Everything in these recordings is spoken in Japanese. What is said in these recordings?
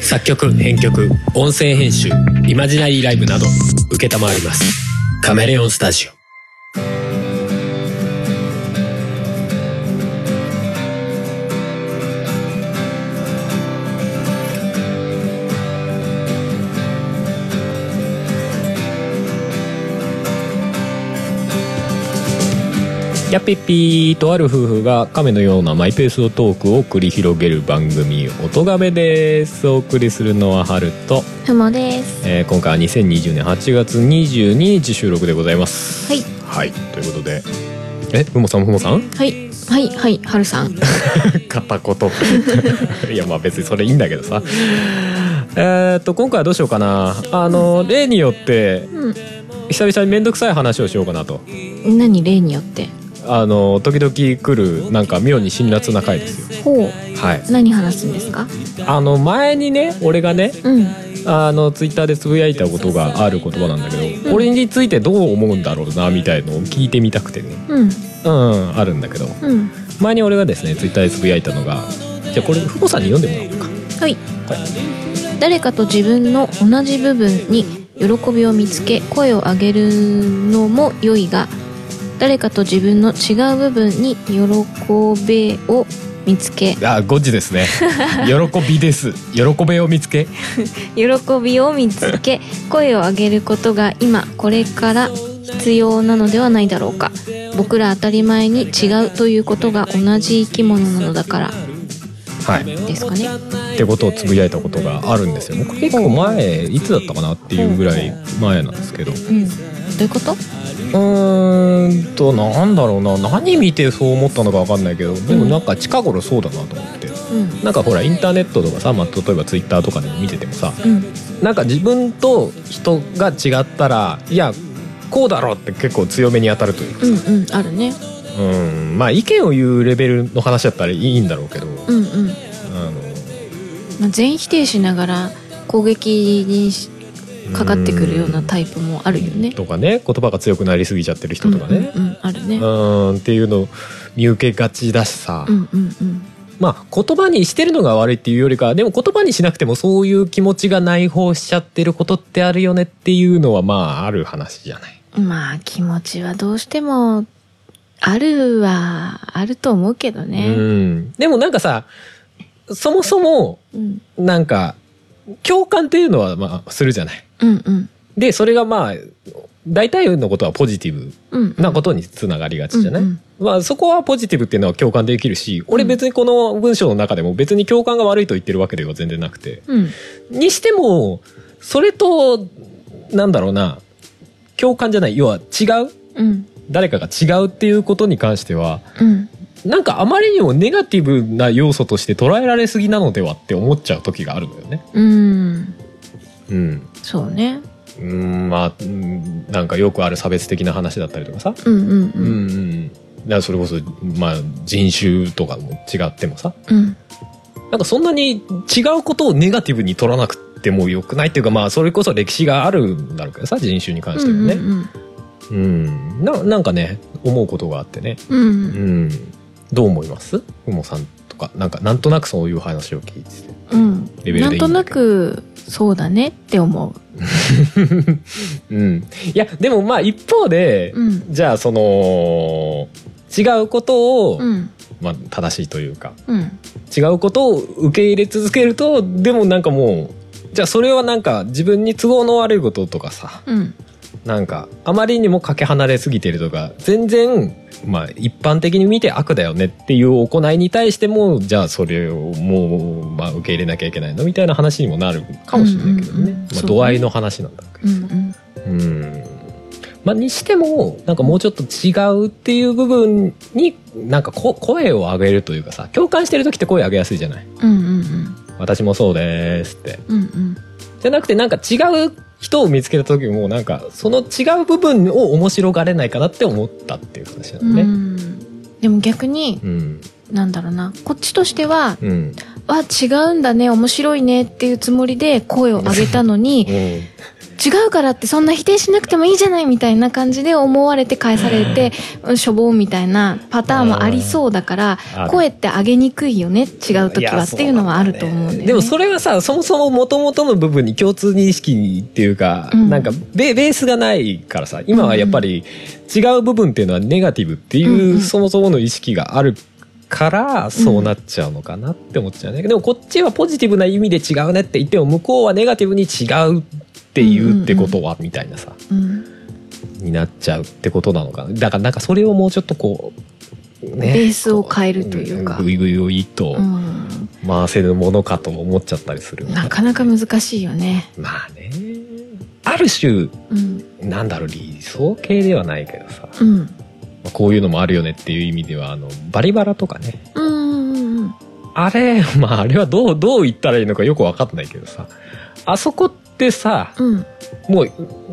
作曲編曲音声編集イマジナリーライブなど承りますカメレオンスタジオやっぴっぴーとある夫婦が亀のようなマイペースのトークを繰り広げる番組「音亀」ですお送りするのは春と、ふもですえー今回は2020年8月22日収録でございますはいはいということでえふもさんふもさんはいはいはいはるさん片 言いやまあ別にそれいいんだけどさえーっと今回はどうしようかなあの例によってう久々に面倒くさい話をしようかなとん何例によってあの時々来るなんか妙に辛辣な回ですよほうはい何話すんですかあの前にね俺がねうんあのツイッターでつぶやいたことがある言葉なんだけど、うん俺についてどう思うんだろうなみたいのを聞いてみたくてねううんん、うん、あるんだけどうん前に俺がですねツイッターでつぶやいたのがじゃあこれ父母さんに読んでもらおうかはいは誰かと自分の同じ部分に喜びを見つけ声を上げるのも良いが誰かと自分の違う部分に喜びを見つけあゴッジです ね喜びです喜びを見つけ喜びを見つけ声を上げることが今これから必要なのではないだろうか僕ら当たり前に違うということが同じ生き物なのだからはいですかねってことをつぶやいたことがあるんですよもうこれ結構前いつだったかなっていうぐらい前なんですけどうんどういうことうーんとなんだろうな何見てそう思ったのかわかんないけどでもなんか近頃そうだなと思ってうんなんかほらインターネットとかさ、まあ、例えばツイッターとかでも見ててもさうんなんか自分と人が違ったらいやこうだろうって結構強めに当たるというかうさ、んうんあるねうんまあ意見を言うレベルの話だったらいいんだろうけどうんうん、まあのあ、全否定しながら攻撃にしかかってくるようなタイプもあるよねとかね言葉が強くなりすぎちゃってる人とかね、うんうんうんあるうねん、っていうのを見受けがちだしさ、うんうんうんまあ、言葉にしてるのが悪いっていうよりかはでも言葉にしなくてもそういう気持ちが内包しちゃってることってあるよねっていうのはまあある話じゃない。まあ気持ちはどうしてもあるはあると思うけどうね。ん、でもなんかさそもそもうん、なんか共感っていうのはまあするじゃない。うん、うん、でそれがまあ大体のことはポジティブうん。なことにつながりがちじゃない、うんうんまあそこはポジティブっていうのは共感できるし俺別にこの文章の中でも別に共感が悪いと言ってるわけでは全然なくて。うん、にしてもそれとなんだろうな共感じゃない要は違ううん、誰かが違うっていうことに関してはうん。なんかあまりにもネガティブな要素として捉えられすぎなのではって思っちゃう時があるのよね。うん、うんそうね。うんまあうんなんかよくある差別的な話だったりとかさ、うん、うん、ううんん、うん、だからそれこそ、まあ、人種とかも違ってもさうん、なんかそんなに違うことをネガティブに取らなくてもよくないっていうかまあそれこそ歴史があるんだろうけどさ人種に関してはね、ううん、ん、ななんかね思うことがあってね、う、うんん、どう思いますふもさんとかなんかなんとなくそういう話を聞いててうんレベルでいいんだけどなんとなくそうだねって思うん、いやでもまあ一方で、う。うん、じゃあその違うことを、うん、まあ、正しいというかうん、違うことを受け入れ続けるとでもなんかもうじゃあそれはなんか自分に都合の悪いこととかさうん、なんかあまりにもかけ離れすぎてるとか全然まあ一般的に見て悪だよねっていう行いに対してもじゃあそれをもう、まあ、受け入れなきゃいけないのみたいな話にもなるかもしれないけどね、うんうんうんまそうあ、ね度合いの話なんだろうけうどん、うん。ううんまあにしてもなんかもうちょっと違うっていう部分になんかこ声を上げるというかさ共感してる時って声上げやすいじゃないうんうん私もそうですってうんうんじゃなくてなんか違う人を見つけた時もなんかその違う部分を面白がれないかなって思ったっていう話なうのんね。でも逆にうんなんだろうなこっちとしてはうん「あ違うんだね面白いね」っていうつもりで声を上げたのにうん違うからってそんな否定しなくてもいいじゃないみたいな感じで思われて返されて、うん、しょぼうみたいなパターンもありそうだからある声って上げにくいよね違う時いはやっていうのはあると思うんだよねでもそれはさそもそも元々の部分に共通認識にっていうか、うんなんかベベースがないからさ今はやっぱり違う部分っていうのはネガティブっていう、うんうんそもそもの意識があるからそうなっちゃうのかなって思っちゃうね、でもこっちはポジティブな意味で違うねって言っても向こうはネガティブに違うって言うってことは、みたいなさうんになっちゃうってことなのかなだからなんかそれをもうちょっとこうねベースを変えるというかグイグイグイと、うん回せるものかとも思っちゃったりするなかなか難しいよねまあねある種うんなんだろう理想系ではないけどさ、うまんあこういうのもあるよねっていう意味ではあのバリバラとかねうんうんうんあれ まああれはどうどう言ったらいいのかよく分かんないけどさあそこってさうんもう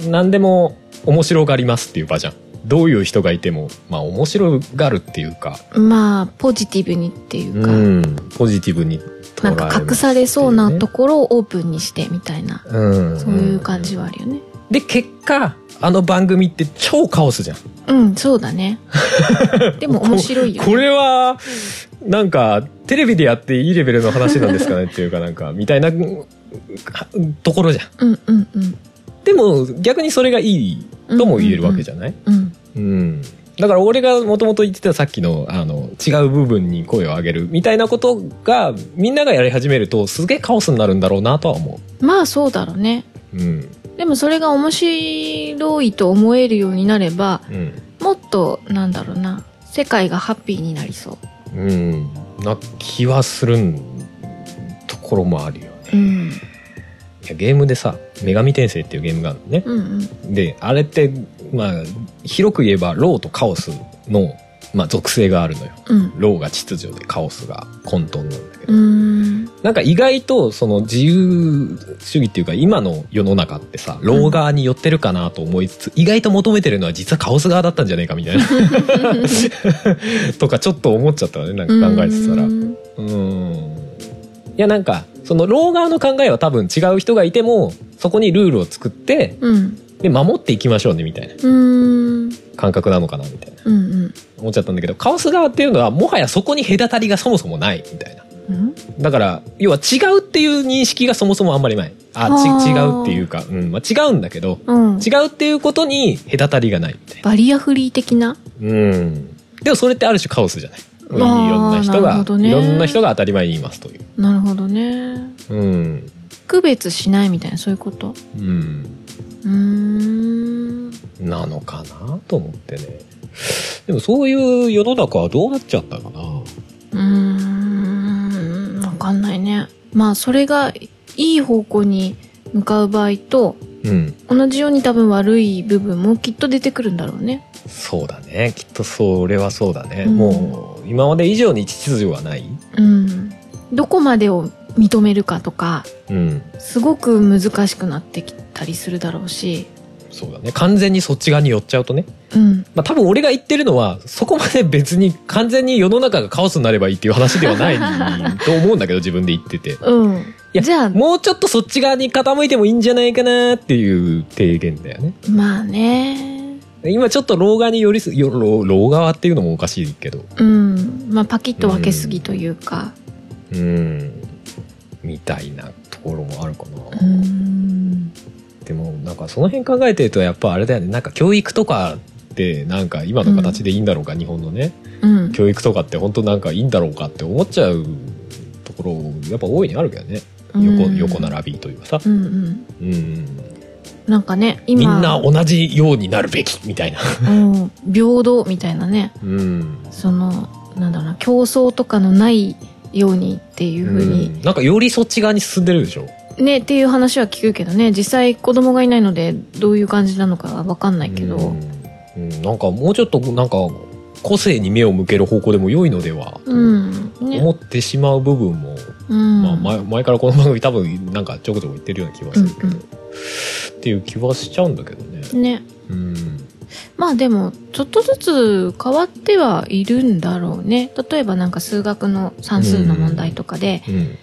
何でも面白がりますっていう場じゃんどういう人がいてもまあ面白がるっていうかうんまあポジティブにっていうか、うんポジティブに捉なえんますか隠されそうなとこ、ころをオープンにしてみたいな、うん、そういう感じはあるよねで結果あの番組って超カオスじゃんうんそうだ ねでも面白いよ、ね、これはなんかテレビでやっていいレベルの話なんですかねっていうかなんかみたいなうんところじゃんうんうんうんでも逆にそれがいいとも言えるわけじゃゃない、うんうんだから俺がもともと言ってたさっきのあの違う部分に声を上げるみたいなことがみんながやり始めるとすげえカオスになるんだろうなとは思まあそうだろうねううんでもそれが面白いと思えるようになればうんもっとなんだろうな世界がハッピーになりそううんな気はするんところもあるよねうんいやゲームでさ「女神転生」っていうゲームがあるのねうんうんであれってまあ広く言えばローとカオスの、まあ、属性があるのようんローが秩序でカオスが混沌なんだけうど、んなんか意外とその自由主義っていうか今の世の中ってさロー側に寄ってるかなと思いつつ、意外と求めてるのは実はカオス側だったんじゃねえかみたい なとかちょっと思っちゃったわねなんか考えてたらう。んうーんいやなんかそのロー側の考えは多分違う人がいてもそこにルールを作ってうんで守っていきましょうねみたいなうん感覚なのかなみたいなうん思っちゃったんだけどカオス側っていうのはもはやそこに隔たりがそもそもないみたいなうんだから要は違うっていう認識がそもそもあんまりないああち違ーうっていうか、うんまあ、違うんだけどうん違うっていうことに隔たりがないみたいなバリアフリー的なうんでもそれってある種カオスじゃないいーろんな人なるがほどねいろんな人が当たり前に言いますというなるほどねうん区別しないみたいなそういうことうんうーんなのかなと思ってね。でもそういう世の中はどうなっちゃったかな。うーんわかんないねまあそれがいい方向に向かう場合とうん。同じように多分悪い部分もきっと出てくるんだろうねそうだね。きっとそれはそうだね。うんもう今まで以上に秩序はない。うんどこまでを認めるかとかうん。すごく難しくなってきたりするだろうしそうだね。完全にそっち側に寄っちゃうとね。うんまあ多分俺が言ってるのは、そこまで別に完全に世の中がカオスになればいいっていう話ではないと思うんだけど自分で言ってて。うんやじゃあもうちょっとそっち側に傾いてもいいんじゃないかなっていう提言だよね。まあね今ちょっと老側に寄りす、よ老老側っていうのもおかしいけど。うんまあパキッと分けすぎというかうんみたいなところもあるかな、うんでもなんかその辺考えてるとやっぱあれだよねなんか教育とかってなんか今の形でいいんだろうか、日本のねうん教育とかって本当なんかいいんだろうかって思っちゃうところやっぱ大いにあるけどね横,、うん横並びというかさ、うんうんうん、なんかね今みんな同じようになるべきみたいな、うん平等みたいなねうんそのなんだろうな競争とかのないようにっていうふうに、うんなんかよりそっち側に進んでるでしょねっていう話は聞くけどね実際子供がいないのでどういう感じなのかは分かんないけど、うんうんなんかもうちょっとなんか個性に目を向ける方向でも良いのでは、うんね思ってしまう部分も、うんまあ、前前からこの番組多分なんかちょこちょこ言ってるような気はするけど、うんうんっていう気はしちゃうんだけどね。ねうんまあでもちょっとずつ変わってはいるんだろうね例えばなんか数学の算数の問題とかでうん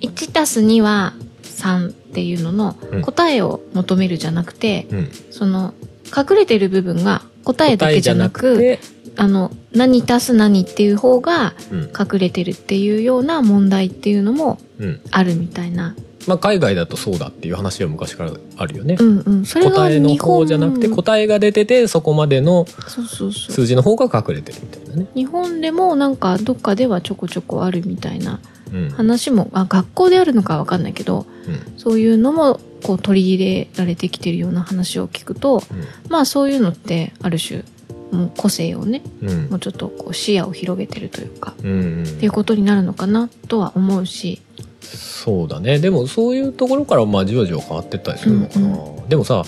1たす2は3っていうののうん答えを求めるじゃなくて、うんその隠れてる部分が答えだけじゃなく答えじあの何足す何っていう方がゃなくて隠れてるっていうような問題っていうのもうんうんあるみたいなまあ、海外だとそうだっていう話は昔からあるよねう、んうんそれが答えの日方本じゃなくて答えが出ててそこまでのそうそうそう数字の方が隠れてるみたいなね、日本でもなんかどっかではちょこちょこあるみたいなうん話もあ学校であるのかわかんないけどうんそういうのもこう取り入れられてきてるような話を聞くとまあそういうのってある種もう個性をねうんうんもうちょっとこう視野を広げてるというかうんうんっていうことになるのかなとは思うしそうだねでもそういうところからまあじわじわ変わってったりするのかな、うでもさ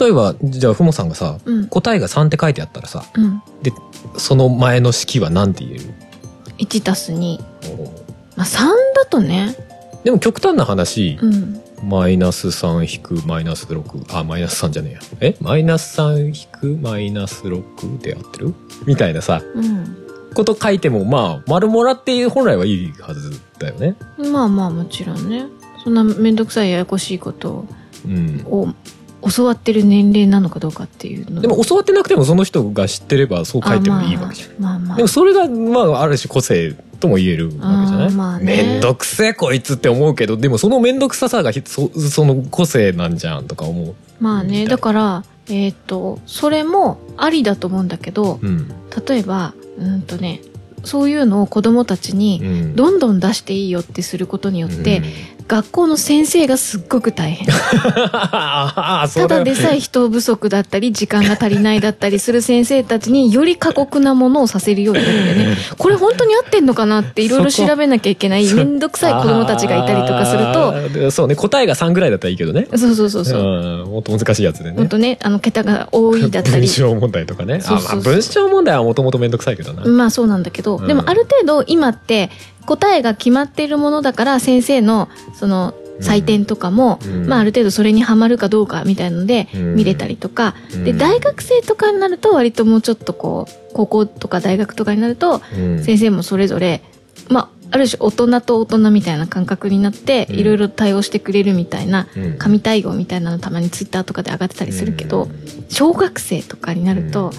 例えばじゃあふもさんがさうん答えが3って書いてあったらさうんその前の式は何て言える1たす2まあ3だとねでも極端な話、うんマイナス3引くマイナス6あマイナス3じゃねえやえマイナス3引くマイナス6で合ってるみたいなさうんこと書いてもまあ丸もらって本来はいいはずだよねまあまあもちろんねそんな面倒くさいややこしいことうんを教わってる年齢なのかどうかっていうのでも教わってなくてもその人が知ってればそう書いてもいいわけじゃんまあまあ、まあでもそれが、まあ、ある種個性とも言えるわけじゃなあい、ーまあねめんどくせえこいつって思うけどでもそのめんどくささがひそその個性なんじゃんとか思うまあみたねいだからえっ、とそれもありだと思うんだけどうん、例えばうんとねそういうのを子供たちうにん、どんどん出していいよってすることによって、 うん学校の先生がすっごく大変あー それたはだでさえ人不足だったり時間が足りないだったりする先生たちにより過酷なものをさせるようになって ねこれ本当に合ってんのかなっていろいろそこ調べなきゃいけないそめんどくさい子供たちがいたりとかするとるとそうね答えが3ぐらいだったらいいけどねそうそうそうそう。ん、もっと難しいやつでほんねとね、あの、桁が多いだった 文り。章問題とかねそうそうそうあ、まあ、文章問題はもともとめんどくさいけどな、まあそうなんだけど、うんでもある程度今って答えが決まっているものだから先生のその採点とかも、うんまあある程度それにはまるかどうかみたいのでうん見れたりとか、うんで、大学生とかになると割ともうちょっとこう、高校とか大学とかになるとうん先生もそれぞれ、まあある種大人と大人みたいな感覚になってうんいろいろ対応してくれるみたいなうん神対応みたいなのたまにツイッターとかで上がってたりするけど、うん小学生とかになると、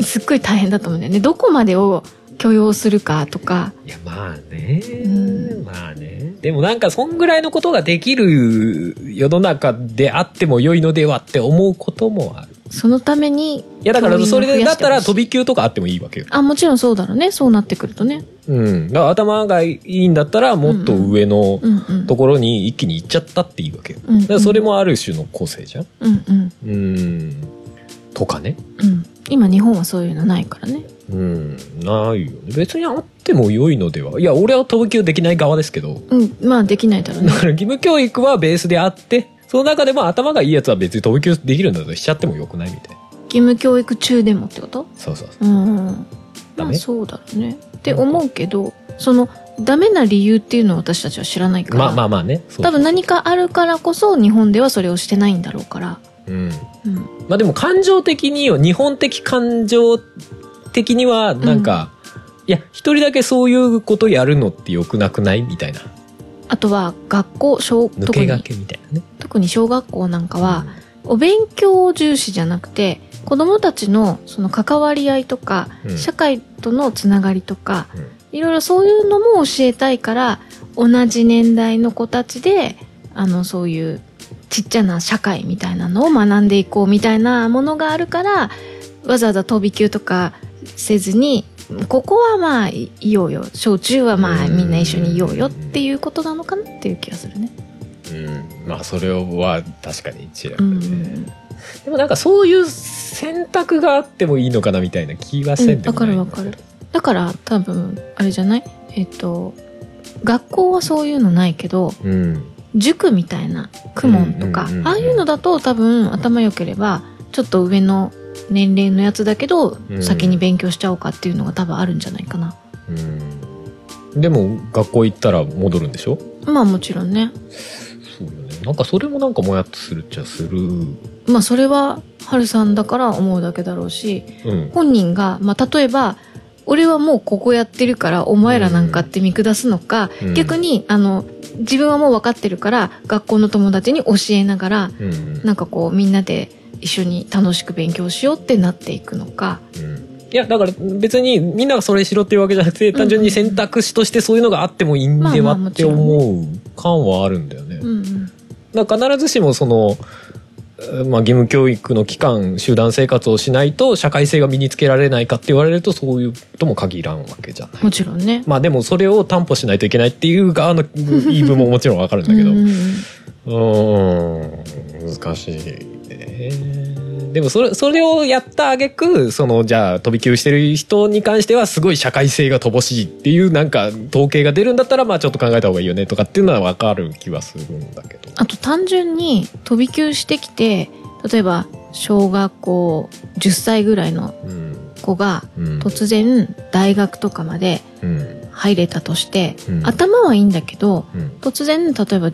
すっごい大変だと思うんだよねどこまでを許容するかとかいやまあね、うまあねでもなんかそんぐらいのことができる世の中であっても良いのではって思うこともあるそのためにいやだから教員をそれ増でやだしってほたしいら飛び級とかあってもいいわけよあもちろんそうだろうねそうなってくるとねうんだから頭がいいんだったらもっと上のうんうんところに一気に行っちゃったっていいわけようんうんだからそれもある種の個性じゃんうんうんうんとかねうん今日本はそういうのないからねうんないよね別にあっても良いのではいや俺は飛び級できない側ですけどうんまあできないだろう ねだから義務教育はベースであって、その中でも頭がいいやつは別に飛び級できるんだとしちゃってもよくないみたいな。義務教育中でもってことそうそうそうんうんダまメあそうだろうねって思うけどそのダメな理由っていうのを私たちは知らないかう。らまあまあまあね。そう多分何かあるからこそ日本ではそれをしてないんだろうからうん。うんまあでも感情的によ、日本的感情的には、なんか、いや、一人だけそういうことやるのってよくなくないみたいな。あとは学校小抜特け駆にけみたいなね。特に小学校なんかは、お勉強を重視じゃなくて子どもたちのその関わり合いとか、うん社会とのつながりとか、うんいろいろそういうのも教えたいから同じ年代の子たちであのそういうちっちゃな社会みたいなのを学んでいこうみたいなものがあるからわざわざ飛び級とかせずにここはまあいようよ小中はまあみんな一緒にいようよっていうことなのかなっていう気がするね。うん。まあそれは確かに一理あうるねんうんでもなんかそういう選択があってもいいのかなみたいな気はせんでもないうんわかるわかる。だから多分あれじゃないえっ、と学校はそういうのないけどうん。塾みたいな公文とか、うんうんうんうんああいうのだと多分頭良ければちょっと上の年齢のやつだけど、うん先に勉強しちゃおうかっていうのが多分あるんじゃないかなうんでも学校行ったら戻るんでしょまあもちろんねそうよねなんかそれもなんかもやっとするっちゃするうんまあそれは春さんだから思うだけだろうし本人が、まあ、例えば俺はもうここやってるからお前らなんかって見下すのか、うん逆にあの自分はもう分かってるから学校の友達に教えながらうんうんなんかこうみんなで一緒に楽しく勉強しようってなっていくのかうんいやだから別にみんながそれしろっていうわけじゃなくて単純に選択肢としてそういうのがあってもいいんでまあはまあもっちてろんね思う感はあるんだよね。うんうんだから必ずしもその、えーまあ、義務教育の期間集団生活をしないと社会性が身につけられないかって言われるとそういうとも限らんわけじゃない。もちろんねまあでもそれを担保しないといけないっていう側の言い分ももちろんわかるんだけど。うんううんうんーん、難しいね。でもそれそれをやった挙句そのじゃあ飛び級してる人に関してはすごい社会性が乏しいっていうなんか統計が出るんだったらまあちょっと考えた方がいいよねとかっていうのはわかる気はするんだけど。あと単純に飛び級してきて例えば小学校10歳ぐらいのうん子がうん突然大学とかまでうん入れたとして、うん頭はいいんだけどうん突然例えば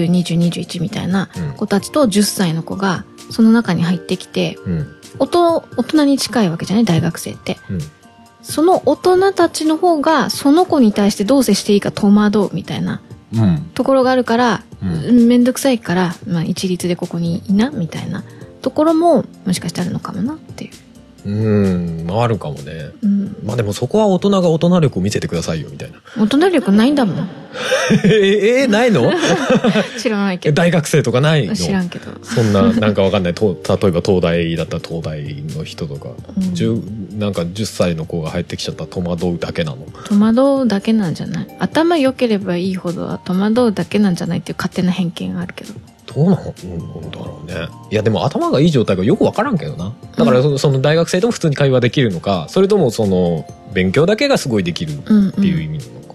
192021みたいなうん子たちと10歳の子がその中に入ってきてうん大人大人に近いわけじゃない大学生ってうんその大人たちの方がその子に対してどう接していいか戸惑うみたいなうんところがあるから、ううんん、めんどくさいから、まあ、一律でここにいなみたいなところももしかしてあるのかもなっていう、うんあるかもねうん、まあでもそこは大人が大人力を見せてくださいよみたいな大人力ないんだもんええないの知らないけえど大学生とかないの知らんけど、そんななんかわかんないと例えば東大だったら東大の人とか、うん十なんか10歳の子が入ってきちゃったら戸惑うだけなの戸惑うだけなんじゃない頭良ければいいほどは戸惑うだけなんじゃないっていう勝手な偏見があるけどどうなんだろうねいやでも頭がいい状態がよくわからんけどなだからそのその大学生とも普通に会話できるのかそれともその勉強だけがすごいできるうん、うん、っていう意味なのか、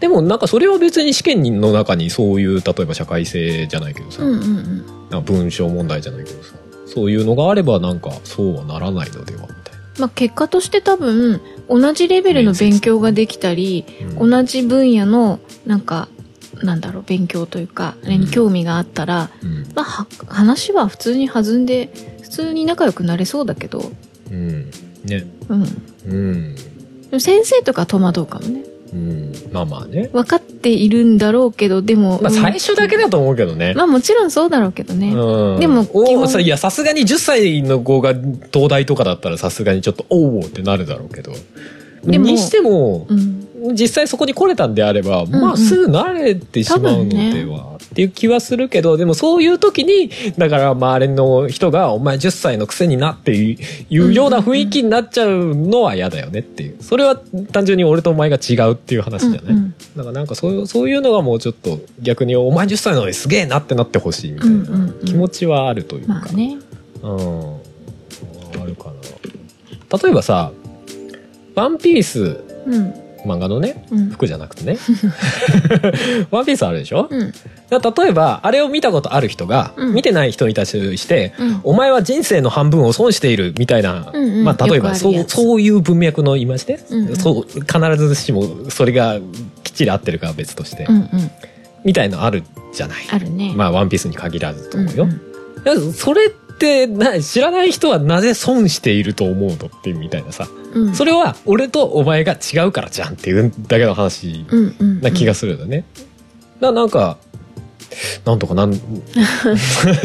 でもなんかそれは別に試験の中にそういう例えば社会性じゃないけどさ、うんうんうんなんか文章問題じゃないけどさそういうのがあればなんかそうはならないのではみたいまあ結果として多分同じレベルの勉強ができたりな、うん同じ分野のなんかなんだろう勉強というかあれに興味があったら、うんまあ、は話は普通に弾んで普通に仲良くなれそうだけど、うんねうん、でうん、も先生とか戸惑うかもねうん、まあまあね、分かっているんだろうけどでも、まあ、うん最初だけだと思うけどね、まあもちろんそうだろうけどね、うん、でも基お本おさいやさすがに10歳の子が東大とかだったらさすがにちょっとおおってなるだろうけどでもにしてもうん、実際そこに来れたんであれば、んまあすぐ慣れてしまうので多は、っていう気はするけどでもそういう時にだから周りの人が「お前10歳のくせにな」っていういうような雰囲気になっちゃうのは嫌だよねっていうそれは単純に俺とお前が違うっていう話じゃない、うんうんだからなんかそういうそういうのがもうちょっと逆に「お前10歳なのにすげえな」ってなってほしいみたいうんうんなうん気持ちはあるというか。まあねうん。あるかな。例えばさ、ワンピースうん漫画のね、うん服じゃなくてね。 ワンピースあるでしょ、うんだから例えば、あれを見たことある人が、うん見てない人に対して、うんお前は人生の半分を損しているみたいな、うんうんまあ、例えよくあばるそやうつそういう文脈の言い回しで、うんうんそう必ずしもそれがきっちり合ってるかは別として、うんうんみたいのあるじゃない、あるねまあワンピースに限らずとうん思うよ、うんいやそれってな知らない人はなぜ損していると思うのってみたいなさ、うんそれは俺とお前が違うからじゃんっていうだけの話うんうんな気がするよね、ななんかなんとか なん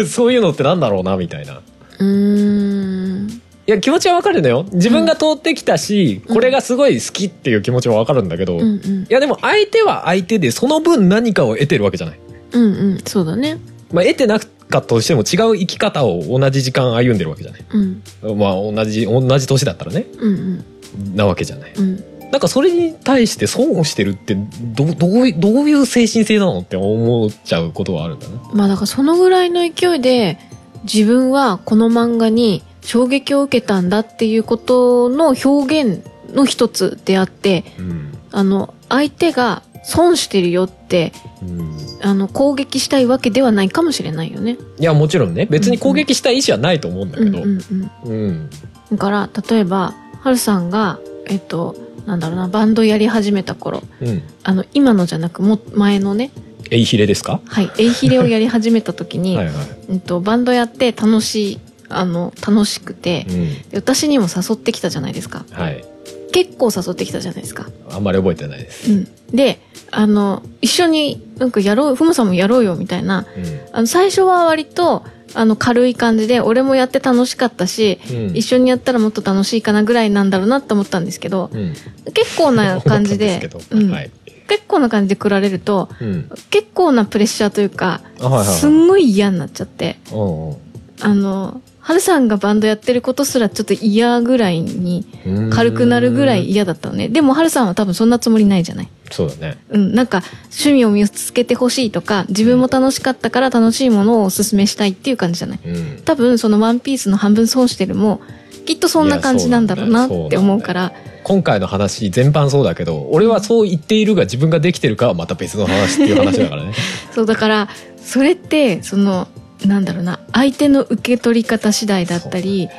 そういうのってなんだろうなみたいなうんうーんいや気持ちはわかるのよ自分が通ってきたし、うんこれがすごい好きっていう気持ちはわかるんだけど、うんいうんやでも相手は相手でその分何かを得てるわけじゃない、うんうんそうだねまあ、得てなかったとしても違う生き方を同じ時間歩んでるわけじゃないうんまあ同じ同じ年だったらねうんうんなわけじゃないうんなんかそれに対して損をしてるってどどういどういう精神性なのって思っちゃうことはあるんだねまあだからそのぐらいの勢いで自分はこの漫画に衝撃を受けたんだっていうことの表現の一つであって、うん、あの、相手が損してるよって、うん、あの、攻撃したいわけではないかもしれないよね。いやもちろんね別に攻撃したい意思はないと思うんだけうんどうんうん。うんだから、例えば、はるさんが、えっと、なんだろうな、バンドやり始めた頃、うんあの、今のじゃなく、も、前のね、えいひれですかはい、エイヒレをやり始めた時 に、はいはうんと、バンドやって楽しい、あの、楽しくて、い、うんで私にも誘ってきたじゃないですかはい、結構誘ってきたじゃないですか。あんまり覚えてないです。うん。で、あの、一緒になんかやろう、ふもさんもやろうよみたいな、うあの、最初は割と、あの、軽い感じで、俺もやって楽しかったし、ん。うん一緒にやったらもっと楽しいかなぐらいなんだろうなって思ったんですけど、うん。結構な感じ で思ったんす、けうどんはい。結構な感じで来られると、うん。結構なプレッシャーというか、あはいはいはいすんごい嫌になっちゃって、おうあの、はるさんがバンドやってることすらちょっと嫌ぐらいに、おううん軽くなるぐらい嫌だったのね。でもはるさんは多分そんなつもりないじゃない。そうだね。うん、なんか趣味を見つけてほしいとか、自分も楽しかったから楽しいものをおすすめしたいっていう感じじゃない。うん。多分そのワンピースの半分損してるも、きっとそんな感じなんだろうないやそうなんだよって思うから、今回の話全般そうだけど、俺はそう言っているが自分ができてるかはまた別の話っていう話だからね。そうだから、それって、その、なんだろうな、相手の受け取り方次第だったり、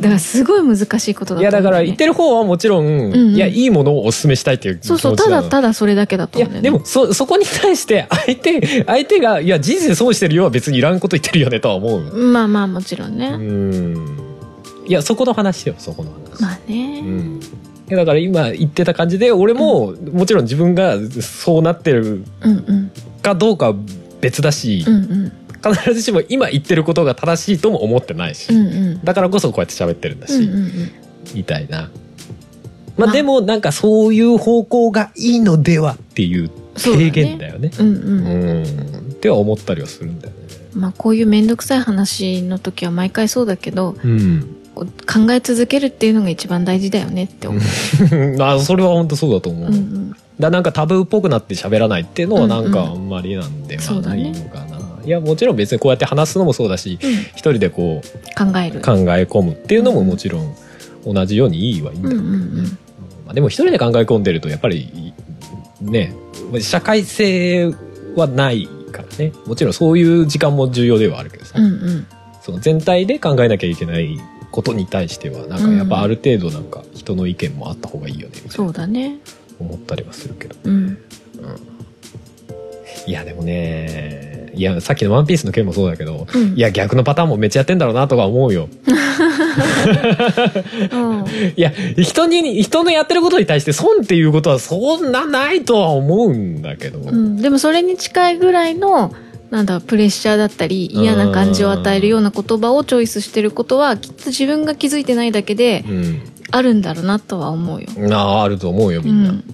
だからすごい難しいことだいとや思だうんよね、から言ってる方はもちろん、うんいやいいものをお勧めしたいっていう気そ持うちそう、たなだのただそれだけだとい思やうんだよね。でもそそこに対して相手相手がいや人生損してるよは別にいらんこと言ってるよねとは思うよまあまあもちろんね。うんいやそこの話よそこの話、まあうね。ん、いやだから今言ってた感じで俺も、もちろん自分がそうなってるうんうん。かどうかは別だしう、んうん。必ずしも今言ってることが正しいとも思ってないし、うんうん。だからこそこうやって喋ってるんだし、うんうんみたいな。まあまあでもなんかそういう方向がいいのではっていう提言だよね。うん。うんううん。ん。っては思ったりはするんだよね。まあこういうめんどくさい話の時は毎回そうだけど、うん。こう考え続けるっていうのが一番大事だよねって思う。 あそれは本当そうだと思う。うんうだからん。なんかタブーっぽくなって喋らないっていうのはなんかうんうんあんまりなんでそはうだないねのかな。いやもちろん別にこうやって話すのもそうだし、うん一人でこう考える。考え込むっていうのももちろん同じようにいいはいいんうだんうよんね。うん。まあ、でも一人で考え込んでるとやっぱりね社会性はないからねもちろんそういう時間も重要ではあるけどさ、うんうん。その全体で考えなきゃいけないことに対してはなんかやっぱある程度なんか人の意見もあった方がいいよねみたいそなうだね。思ったりはするけど うん。いやでもねいやさっきの「ワンピースの件もそうだけど、うんいや逆のパターンもめっちゃやってんだろうなとか思うようん。いや人に人のやってることに対して損っていうことはそんなないとは思うんだけど、うん、でもそれに近いぐらいのなんだプレッシャーだったり嫌な感じを与えるような言葉をチョイスしてることはきっと自分が気づいてないだけでうんあるんだろうなとは思うよ。なああると思うよみんな、うん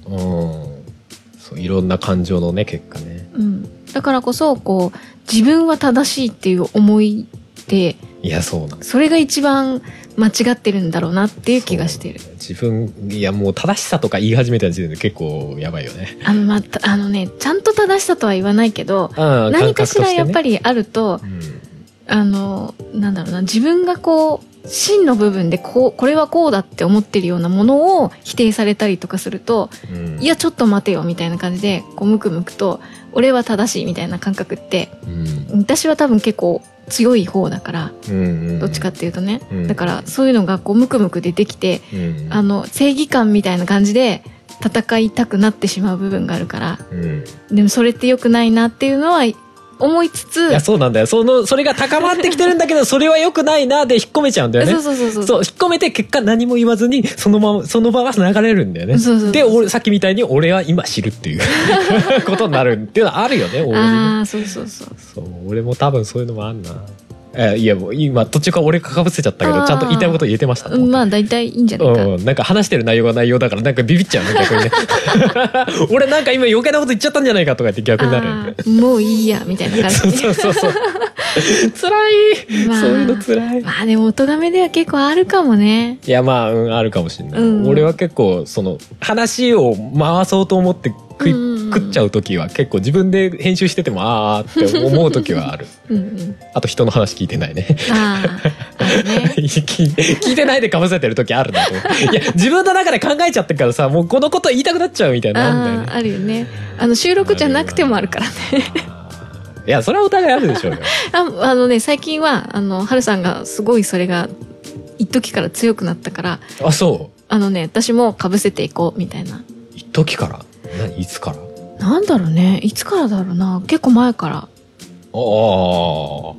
そういろんな感情のね結果ねうん、だからこそこう自分は正しいっていう思いでいやそうなんそれが一番間違ってるんだろうなっていう気がしてるそう。自分いやもう正しさとか言い始めた時点で結構やばいよねあのまたあのねちゃんと正しさとは言わないけど 何何かしらやっぱり、りあるとあの、なんだろうな、自分がこう、真の部分でこう、これはこうだって思ってるようなものを否定されたりとかすると、うんうんいや、ちょっと待てよ、みたいな感じで、こう、ムクムクと、俺は正しい、みたいな感覚って、うん私は多分結構強い方だから、うんうんどっちかっていうとね。うんだから、そういうのがこう、ムクムク出てきて、うんあの、正義感みたいな感じで、戦いたくなってしまう部分があるから、うんでもそれって良くないなっていうのは、思いつつ、いやそうなんだよそのそれが高まってきてるんだけどそれは良くないなで引っ込めちゃうんだよねそうそうそうそう。そう引っ込めて結果何も言わずにそのままその場は流れるんだよねそうそうそうで俺さっきみたいに俺は今知るっていう ことになるっていうのはあるよね俺ねああ、そうそうそう。そう俺も多分そういうのもあんなえいやもう今途中から俺かかぶせちゃったけあどーちゃんと言いたいこと言えてましたとう思っんてまあ大体いいんじゃないか。うん、なんか話してる内容が内容だからなんかビビっちゃうね逆にね俺なんか今余計なこと言っちゃったんじゃないかとかって逆になるあーもういいや、みたい なそ感うじ。そうそう そう辛い、まあそういうの辛いまあでも、お咎めでは結構あるかもね。いやまあ、うん、あるかもしれない、うん俺は結構その話を回そうと思って食い、うんうんうん食っちゃう時は結構自分で編集しててもああって思う時 はあるうんうん。あと人の話聞いてないねああ、あるね。聞い 聞いてないでかぶせてる時あるなと思っていや自分の中で考えちゃってるからさもうこのこと言いたくなっちゃうみたいなのあるんだあよあ、ねあるよね。あの、収録じゃなくてもあるからね。いやそれはお互いあるでしょうよ ああのね、最近は、あの、はるさんがすごいそれが、一時から強くなったから、あそあのね、私も被せていこう、みたいな。う一時から何いつからあなんだろうね。いつからだろうな。結構前から。あ多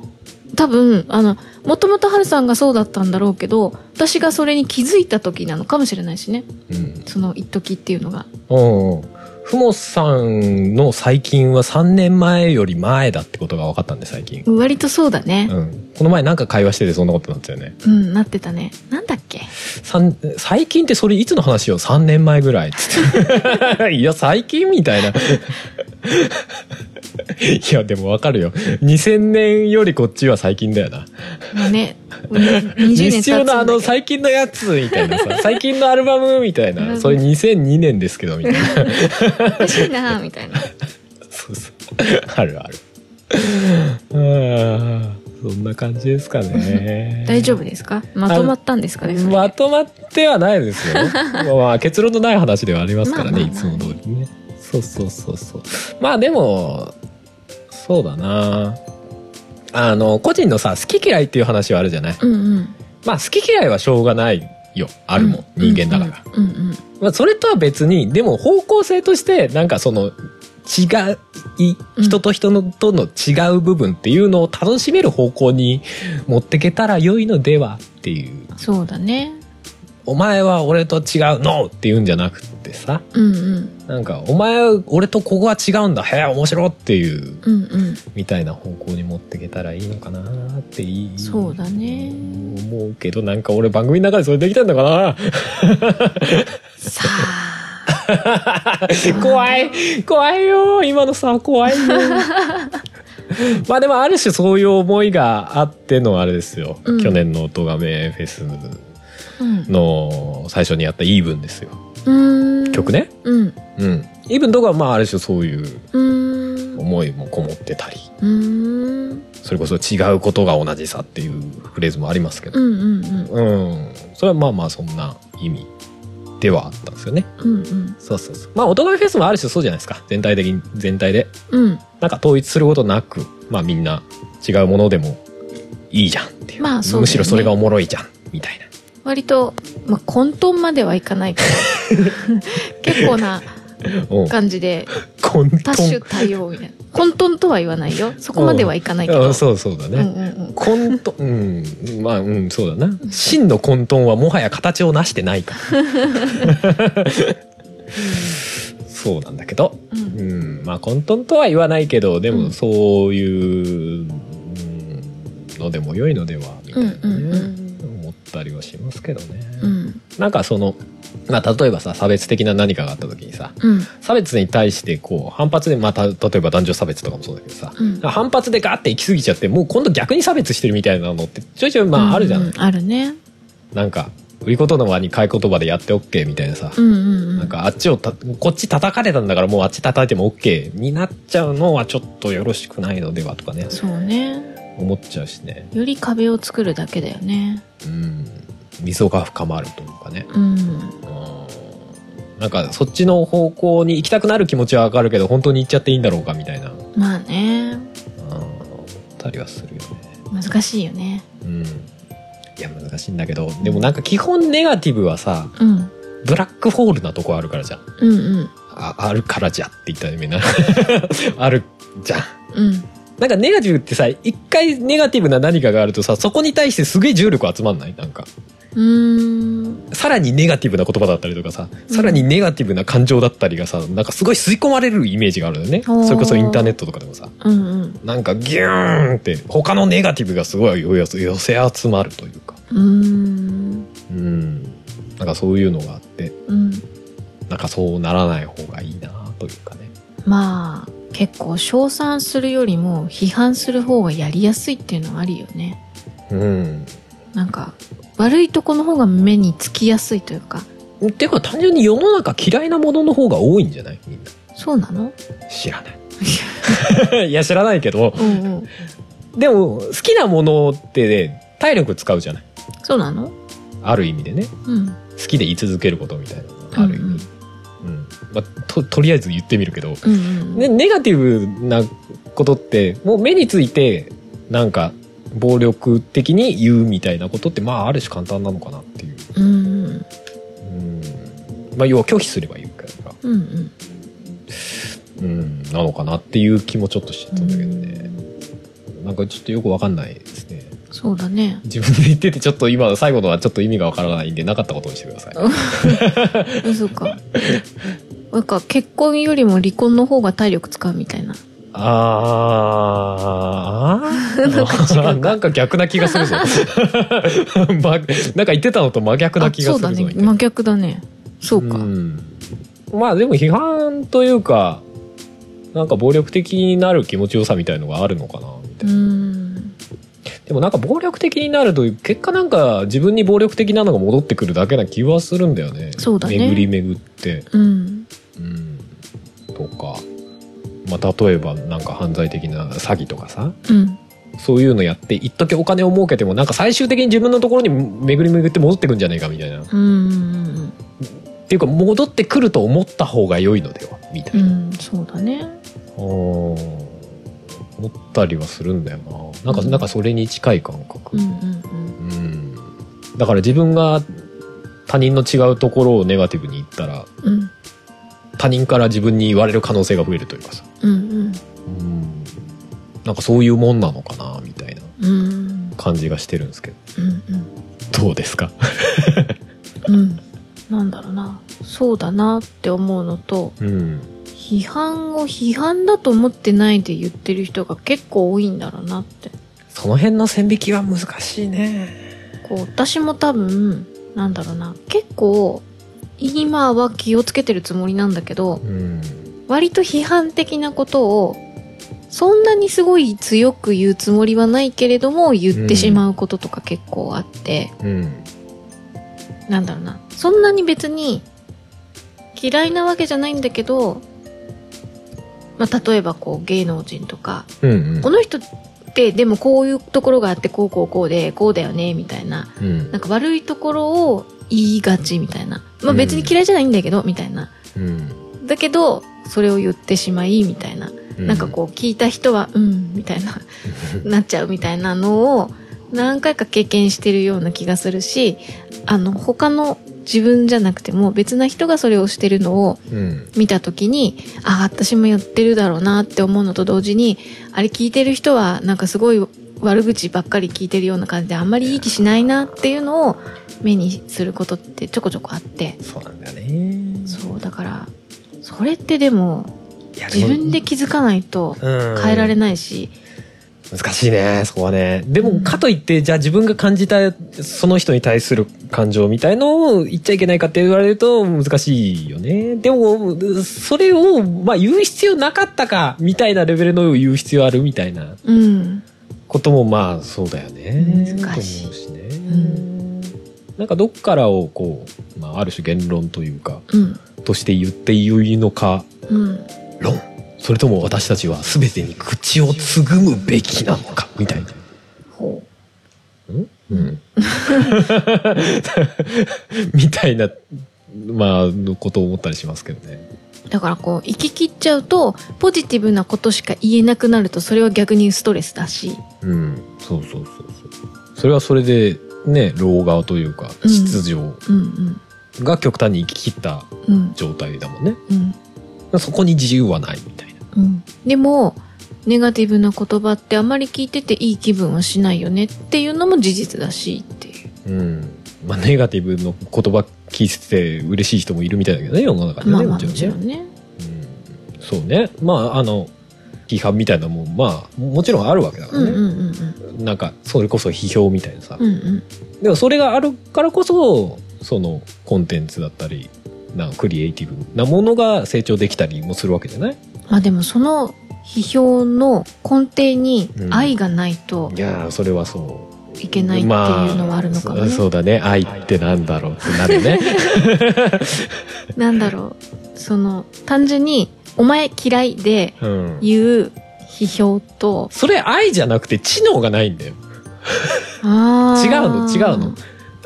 分、あの、もともとはるさんがそうだったんだろうけど、私がそれに気づいた時なのかもしれないしね。うんその一時っていうのがうんうんふもさんの最近は3年前より前だってことが分かったんで最近、割とそうだねうん、この前なんか会話しててそんなことになってたよねうん、なってたねなんだっけ三最近ってそれいつの話よ3年前ぐらいっつって いや最近みたいない やでも分かるよ2000年よりこっちは最近だよなもうね20年経日つ中んだのあけどの最近のやつみたいなさ最近のアルバムみたいうんうなんそれ2002年ですけどみたいなおかしいなみたいなそうそうあるあるあーそんな感じですかね大丈夫ですかまとまったんですかねそれでまとまってはないですよ、まあまあ、結論のない話ではありますからね、まあまあまあいつも通りねそうそうそうそうまあでもそうだなあの個人のさ好き嫌いっていう話はあるじゃないうんうんまあ好き嫌いはしょうがないよああるもん、人間だから、うんうんうんまあ、それとは別にでも方向性としてなんかその違いうん人と人のとの違う部分っていうのを楽しめる方向に持ってけたら良いのではっていうそうだねお前は俺と違うのって言うんじゃなくってさうんうんなんかお前は俺とここは違うんだへえ面白っていううんうんみたいな方向に持ってけたらいいのかなっていいそうだね思うけどなんか俺番組の中でそれできたんだかなさあ 怖い怖いよ今のさ怖 いよまあでもある種そういう思いがあってのあれですよ、うん去年の音めフェスうんの最初にやった「イーブン」ですようー ん曲ねうんうん「イーブン」とかはまあある種そういううーんう思いもこもってたりーんそれこそ違うことが同じさっていうフレーズもありますけうどんうんうんうんそれはまあまあそんな意味ではあったんですよねうんうんそうそうそうまあ音楽フェスもある種そうじゃないですか全体的に全体でうんなんか統一することなくまあみんな違うものでもいいじゃんっていう,、まあそうだよねむしろそれがおもろいじゃんみたいな割と、まあ、混沌まではいかな いけど結構なうん感じで混多種沌多様みたいな混沌とは言わないよそこまではいかないけどあそうそうだね、うんうんうん混沌うんまあうんそうだな真の混沌はもはや形をなしてないから そうなんだけどうんうんまあ混沌とは言わないけどでうもんそういう、うんのでも良いのではみたいなね、うんうん思ったりはしますけどね、うんなんかそのまあ例えばさ差別的な何かがあった時にさうん差別に対してこう反発でまあた例えば男女差別とかもそうだけどさ、うん反発でガーって行き過ぎちゃってもう今度逆に差別してるみたいなのってちょいちょいまああるじゃない、うんうんあるねなんか売り言葉に買い言葉でやって OK みたいなさ、うんうんうなんんかあっちをたこっち叩かれたんだからもうあっち叩いても OK になっちゃうのはちょっとよろしくないのではとかねそうね思っちゃうしねより壁を作るだけだよねうん溝が深まるというかねううんんなんかそっちの方向に行きたくなる気持ちはわかるけど本当に行っちゃっていいんだろうかみたいなうんまあね思ったりはするよね難しいよねうんいや難しいんだけどでもなんか基本ネガティブはさうんブラックホールなとこあるからじゃんうんうんああるからじゃって言ったらみんな あるじゃんうんなんかネガティブってさ一回ネガティブな何かがあるとさそこに対してすげえ重力集まんないなんかうーんさらにネガティブな言葉だったりとかささらにネガティブな感情だったりがさなんかすごい吸い込まれるイメージがあるんだよねおーそれこそインターネットとかでもさうんうんなんかギューンって他のネガティブがすごい寄せ寄せ集まるというかうーんうんなんかそういうのがあってうんなんかそうならない方がいいなというかねまあ結構称賛するよりも批判する方がやりやすいっていうのはあるよねうんなんか悪いとこの方が目につきやすいというかてか単純に世の中嫌いなものの方が多いんじゃないみんなそうなの知ら ないいや知らないけどうんうんでも好きなものって、ね、体力使うじゃないそうなのある意味でねうん好きで言い続けることみたいなのがある意味、うんまあ、ととりあえず言ってみるけど、うんうんね、ネガティブなことってもう目についてなんか暴力的に言うみたいなことってまあある種簡単なのかなっていう、うんうんうんまあ、要は拒否すればいいから、うんうんうん、なのかなっていう気もちょっとしちゃったんだけどね、なんかちょっとよくわかんないですねそうだね自分で言っててちょっと今の最後のはちょっと意味がわからないんでなかったことにしてください嘘 かなんか結婚よりも離婚の方が体力使うみたいなあー なんか逆な気がするぞ、 ま、なんか言ってたのと真逆な気がするぞあそみうだたねいな真逆だねそうか、んまあでも批判というかなんか暴力的になる気持ちよさみたいのがあるのかなみたういーな、んでもなんか暴力的になると結果なんか自分に暴力的なのが戻ってくるだけな気はするんだよねそうだね巡り巡ってうんうんとか、まあ、例えばなんか犯罪的な詐欺とかさうんそういうのやって一時お金を儲けてもなんか最終的に自分のところに巡り巡って戻ってくんじゃないかみたいなっうんていうか戻ってくると思った方が良いのではみたういな、んそうだねおー思ったりはするんだよななんかなんかそれに近い感覚、うんうんうんだから自分が他人の違うところをネガティブに言ったらうんうん他人から自分に言われる可能性が増えるというかさ、うんうん、なんかそういうもんなのかなみたいなうんうん感じがしてるんですけうんどどうですかうんうんなんだろうなそうだなって思うのとうん批判を批判だと思ってないで言ってる人が結構多いんだろうなってその辺の線引きは難しいねこう私も多分なんだろうな結構今は気をつけてるつもりなんだけどうん割と批判的なことをそんなにすごい強く言うつもりはないけれども言ってしまうこととか結構あって、うんなんだろうなそんなに別に嫌いなわけじゃないんだけど、まあ、例えばこう芸能人とかうんうんこの人ってでもこういうところがあってこうこうこうでこうだよねみたいなうんなんか悪いところを言いがちみたいな、うまあ、ん別に嫌いじゃないんだけどみたいなうんだけどそれを言ってしまいみたいなうんなんかこう聞いた人はうんみた いななっちゃうみたいなのを何回か経験してるような気がするしあの他の自分じゃなくても別な人がそれをしてるのをうん見た時にああ私もやってるだろうなって思うのと同時にあれ聞いてる人はなんかすごい悪口ばっかり聞いてるような感じであんまりいい気しないなっていうのを目にすることってちょこちょこあってそうなんだよねそうだからそれってでもいや自分で気づかないと変えられないし、難しいねそこはねでうもんかといってじゃあ自分が感じたその人に対する感情みたいのを言っちゃいけないかって言われると難しいよねでもそれを、まあ、言う必要なかったかみたいなレベルの言う必要あるみたいなうん、こともまあそうだよね難しいと思うしね、んなんかどっからをこう、まあ、ある種言論というかうん、として言って良いのかうん、論それとも私たちは全てに口をつぐむべきなのかみたいな。ほうん、 みたいな、まあ、のことを思ったりしますけどね。う。だからこう、行き切っちゃうと、ポジティブなことしか言えなくなると、それは逆にストレスだし。うん、そうそうそうそう。それはそれで、ね、老側というか、うん秩序うんが極端に行き切ったうん、うん、状態だもんね。うん、そこに自由はないみたいな。うん。でも、ネガティブな言葉ってあまり聞いてていい気分はしないよねっていうのも事実だしっていう。うん。まあ、ネガティブの言葉聞いてて嬉しい人もいるみたいだけどね、世の中にまはあね、まもあちもろんちねろ。んね。うんそうね。まあ、あの、批判みたいなもん、まあ、もちろんあるわけだからうんね。うんうんうん。なんか、それこそ批評みたいなさ。うんうん。でもそれがあるからこそ、そのコンテンツだったり、なんかクリエイティブなものが成長できたりもするわけじゃないまあでもその批評の根底にうん愛がないといやー、それはそう。いけないっていうのはあるのかもね。まあそそうだね。愛ってなんだろうってなるね。 なんだろう、その、単純に、お前嫌いでうん。言う批評と、それ愛じゃなくて知能がないんだよ。あー違うの、違うの。。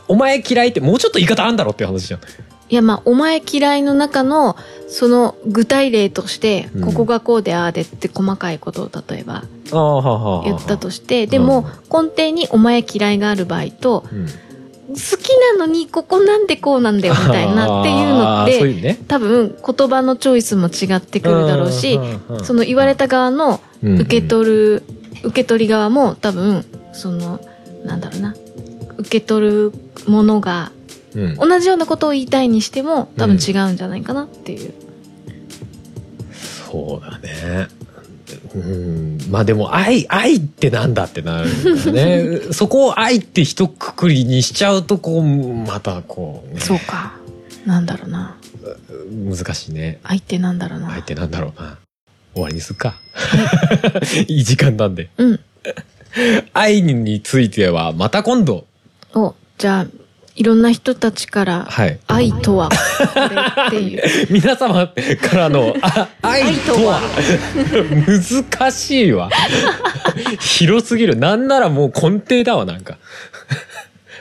お前嫌いってもうちょっと言い方あんだろっていう話じゃん。いや、まあ、お前嫌いの中の、その具体例としてう、んここがこうでああでって細かいことを例えばああ、はあはあはあ。言ったとして、でも、根底にお前嫌いがある場合と、うん。好きなのにここなんでこうなんだよみたいなっていうのっあーそうて、いうね。多分言葉のチョイスも違ってくるだろうし、うんその言われた側のうん受け取る、受け取り側も多分そのなんだろうな受け取るものがうん、同じようなことを言いたいにしても多分違うんじゃないかなっていう、そうだね。うん、まあでも愛愛ってなんだってなるんだよ ねそこを愛って一括りにしちゃうとこうまたこう,、ね、そうかなんだろうな難しいね愛ってなんだろうな愛ってなんだろうな終わりにすっか いい時間なんでうん愛についてはまた今度をじゃあいろんな人たちからはい 「愛とはこれ」っていう皆様からの「あ愛とは」難しいわ 広すぎるなんならもう根底だわなんか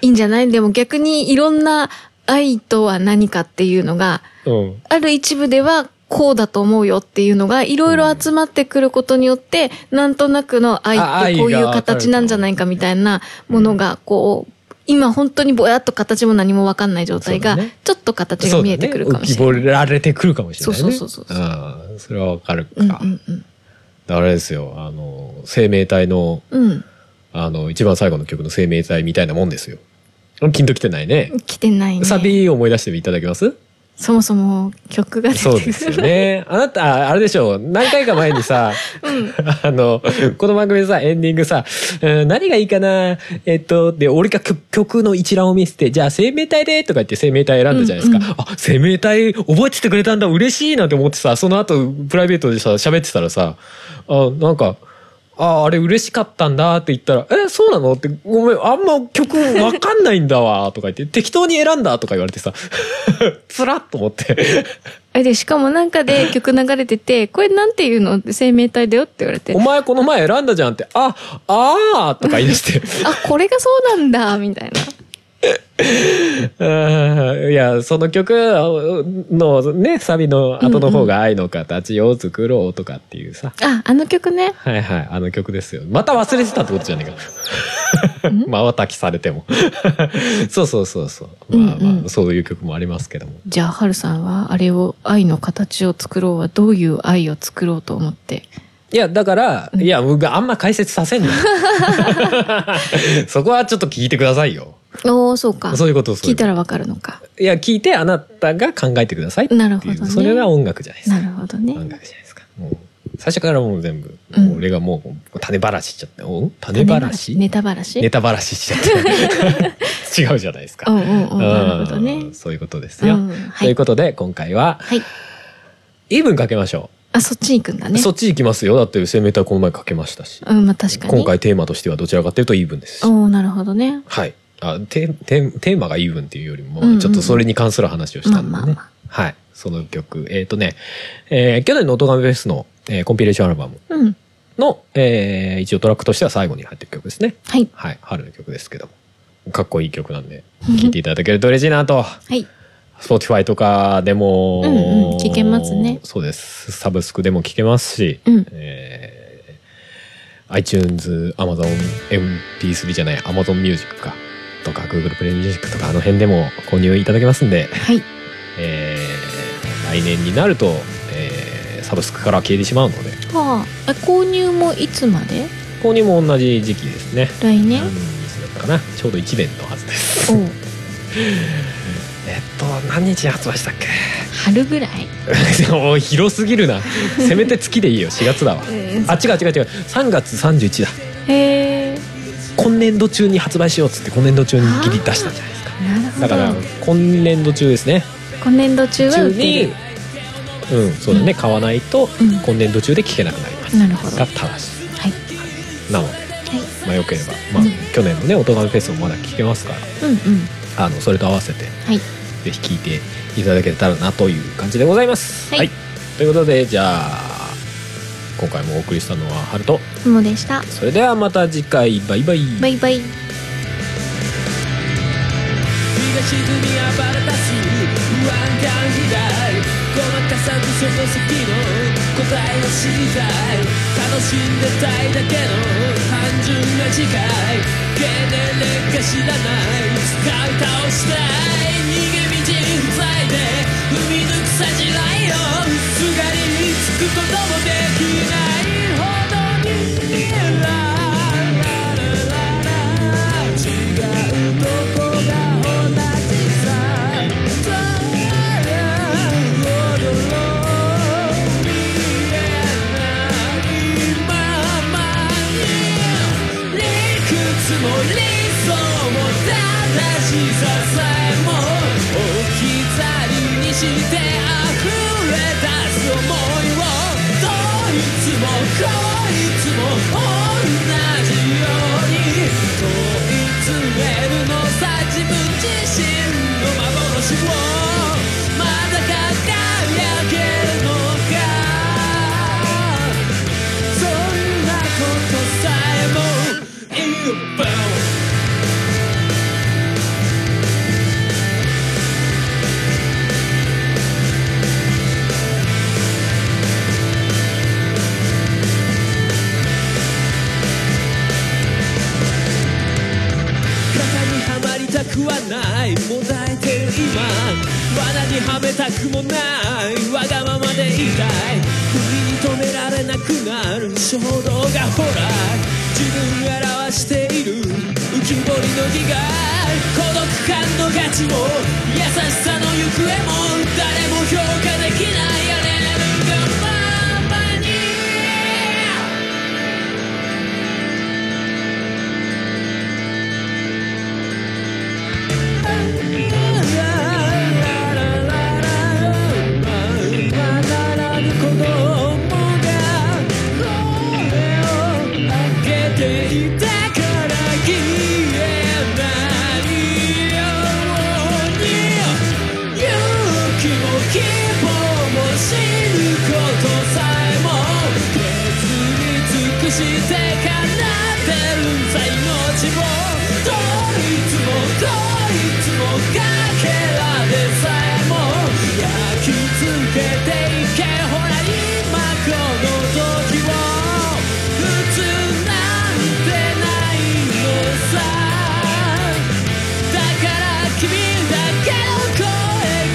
いいんじゃないでも逆にいろんな「愛とは何か」っていうのがうんある一部ではこうだと思うよっていうのがいろいろ集まってくることによって、なんとなくのあ愛っ愛てがこういう形なんじゃないかみたいなものがこう今本当にぼやっと形も何も分かんない状態がそうだねちょっと形が見えてくるかもしれそなうだね浮い。き彫られてくるかもしれないね。そうそうそうそうそんそれはわかるか。うんうんうんあれですよ。あの、生命体の、うんあの、一番最後の曲の生命体みたいなもんですよ。ピンときてないね。来てないねサビ思い出していただけますそもそも曲が出そうてでくするよね。あなた、あれでしょう。何回か前に さ、あの、この番組でさ、エンディングさ、うん何がいいかなえっと、で、俺が曲曲の一覧を見せて、じゃあ生命体でとか言って生命体選んだじゃないですか。うんうあ、生命体覚えててくれたんだ、嬉しいなんて思ってさ、その後、プライベートでさ、喋ってたらさ、あ、なんか、ああれ嬉しかったんだって言ったら「えそうなの?」って「ごめんあんま曲わかんないんだわ」とか言って「適当に選んだ」とか言われてさ つらっと思って えでしかもなんかで曲流れてて「これなんていうの生命体だよ」って言われてお「前この前選んだじゃんって、あ、あーとか言い出して。 あこれがそうなんだ」みたいな。うーんいや、その曲のね、サビの後の方が愛の形を作ろうとかっていうさ。ああの曲ねはいはい、あの曲ですよ。また忘れてたってことじゃねえか。 まばたきされても。そうそうそうそう。まあうんまうあ、んそういう曲もありますけども。じゃあ、はるさんは、あれを、愛の形を作ろうは、どういう愛を作ろうと思って。いや、だから、いや、僕あんま解説させんの。 そこはちょっと聞いてくださいよ。おお、そうか。そういうことそう聞いうこといたらわかるのか。いや、聞いてあなたが考えてくださいっていう。なるほどねそれが音楽じゃないですか。なるほどね。音楽じゃないですか。もう最初からもう全部、うんもう俺がもう種ばらししちゃって、お種ばらしネタばらしネタばらししちゃ って。違うじゃないですうか。んうんうん。なるほどうねん。そういうことですよ。うんはいということで、今回は、はい。イーブンかけましょあ、そっちに行くんだう。ね。そっち行きますよ。だって、生命体この前かけましたし。うん、まあ確かに。今。回テーマとしてはどちらかというとイーブンですし。おおなるほどね。はい。あテテテーマがイーブンっていうよりも、うんうんちょっとそれに関する話をしたんでね。まあまあまあはい。その曲。えっ、とね、えー去年の音ガメフェスの、えーコンピレーションアルバムうん。の、えー一応トラックとしては最後に入ってる曲ですね。はい。はい。春の曲ですけども。かっこいい曲なんで、聴いていただけると嬉しいなと。はい。 Spotify とかでも、うんうん聴けますねそうです。サブスクでも聴けますし、うんえー iTunes、Amazon MP3 じゃない、Amazon Music か、とか Google Play Music とかあの辺でも購入いただけますんで、はい。えー来年になると、えーサブスクから消えてしまうので、はあ。え購入もいつまで購入も同じ時期ですね。来何日年だったかなちょうど1年のはずです。おうえっと、何日に発売したっけ 春ぐらいおい広すぎるな。せめて月でいいよ、4月だわ。うんあ違う違う違う3月31だへえ。今年度中に発売しようっつって今年度中にギリ出したじゃないですかなるほど。だから今年度中ですね今年度中は中売ってにる。うんそうだね買わないとうん今年度中で聞けなくなりますなるほど。がはい。正しはい。いなのでまあよければまあうん去年のね「音楽フェス」もまだ聞けますかうんうん。らあのそれと合わせてはい。ぜひ聞いていただけたらなという感じでございますはいということでじゃあ今回もお送りしたのはハルトふもでした。それではまた次回バイバイバイバイ。日が沈み暴れ出す不安感時代ごまかさずその先の答えを知りたい楽しんでたいだけの単純な次回経年劣化知らない使い倒したい逃げ道塞いで踏み抜くさじないよすがりつくこともできないほどにラララララして溢れ出す想いをどいつもこいつも同じように問い詰めるのさ自分自身の幻をまだ輝けるのかそんなことさえもういいよ型にはまりたくはないもだえてる今罠にはめたくもないわがままでいたい不意に止められなくなる衝動がほら自分を表している浮き彫りの被害孤独感の価値も優しさの行方も誰も評価できないあれのがままに希望も死ぬことさえも別に尽くして奏でる命をどいつもどいつもかけられさえも焼き付けていけほら今この時を普通なんてないのさだから君だけの声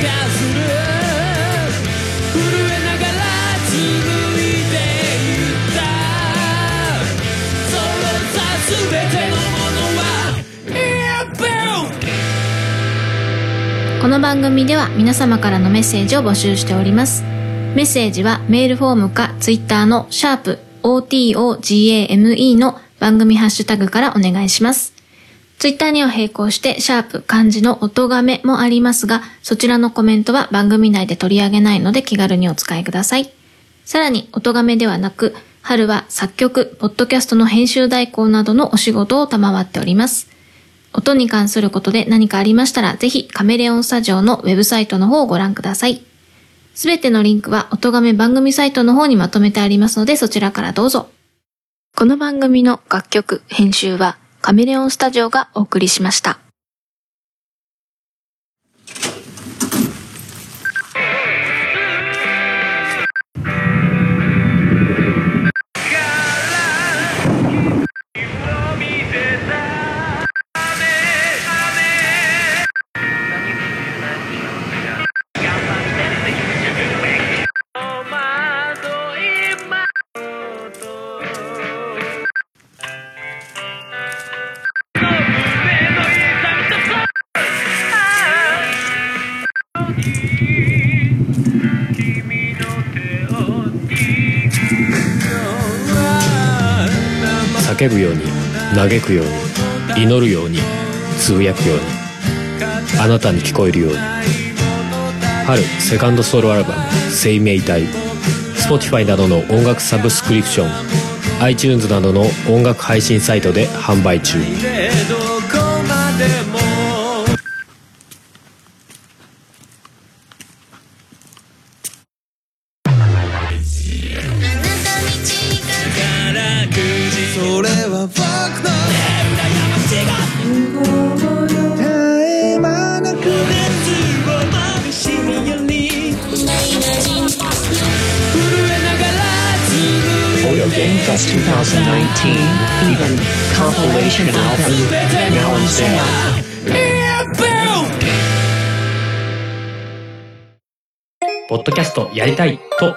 がする震えながら紡いでいったそれさ全てのものは Airbound! この番組では皆様からのメッセージを募集しております。メッセージはメールフォームかツイッターのシャープ o t o g a m e の番組ハッシュタグからお願いします。ツイッターには並行してシャープ漢字の音がめもありますが、そちらのコメントは番組内で取り上げないので気軽にお使いください。さらに音がめではなく、春は作曲、ポッドキャストの編集代行などのお仕事を賜っております。音に関することで何かありましたら、ぜひカメレオンスタジオのウェブサイトの方をご覧ください。すべてのリンクは音亀番組サイトの方にまとめてありますので、そちらからどうぞ。この番組の楽曲、編集はカメレオンスタジオがお送りしました。叫ぶように嘆くように祈るようにつぶやくようにあなたに聞こえるように春セカンドソロアルバム「生命体」Spotify などの音楽サブスクリプション iTunes などの音楽配信サイトで販売中でどこまでも宝くじそれは僕の絶え間なく熱をまぶしいように震えながら紡 Oyo いで Game Fest 2019, even compilation album, now on sale. Airbound! ポッドキャストやりたいと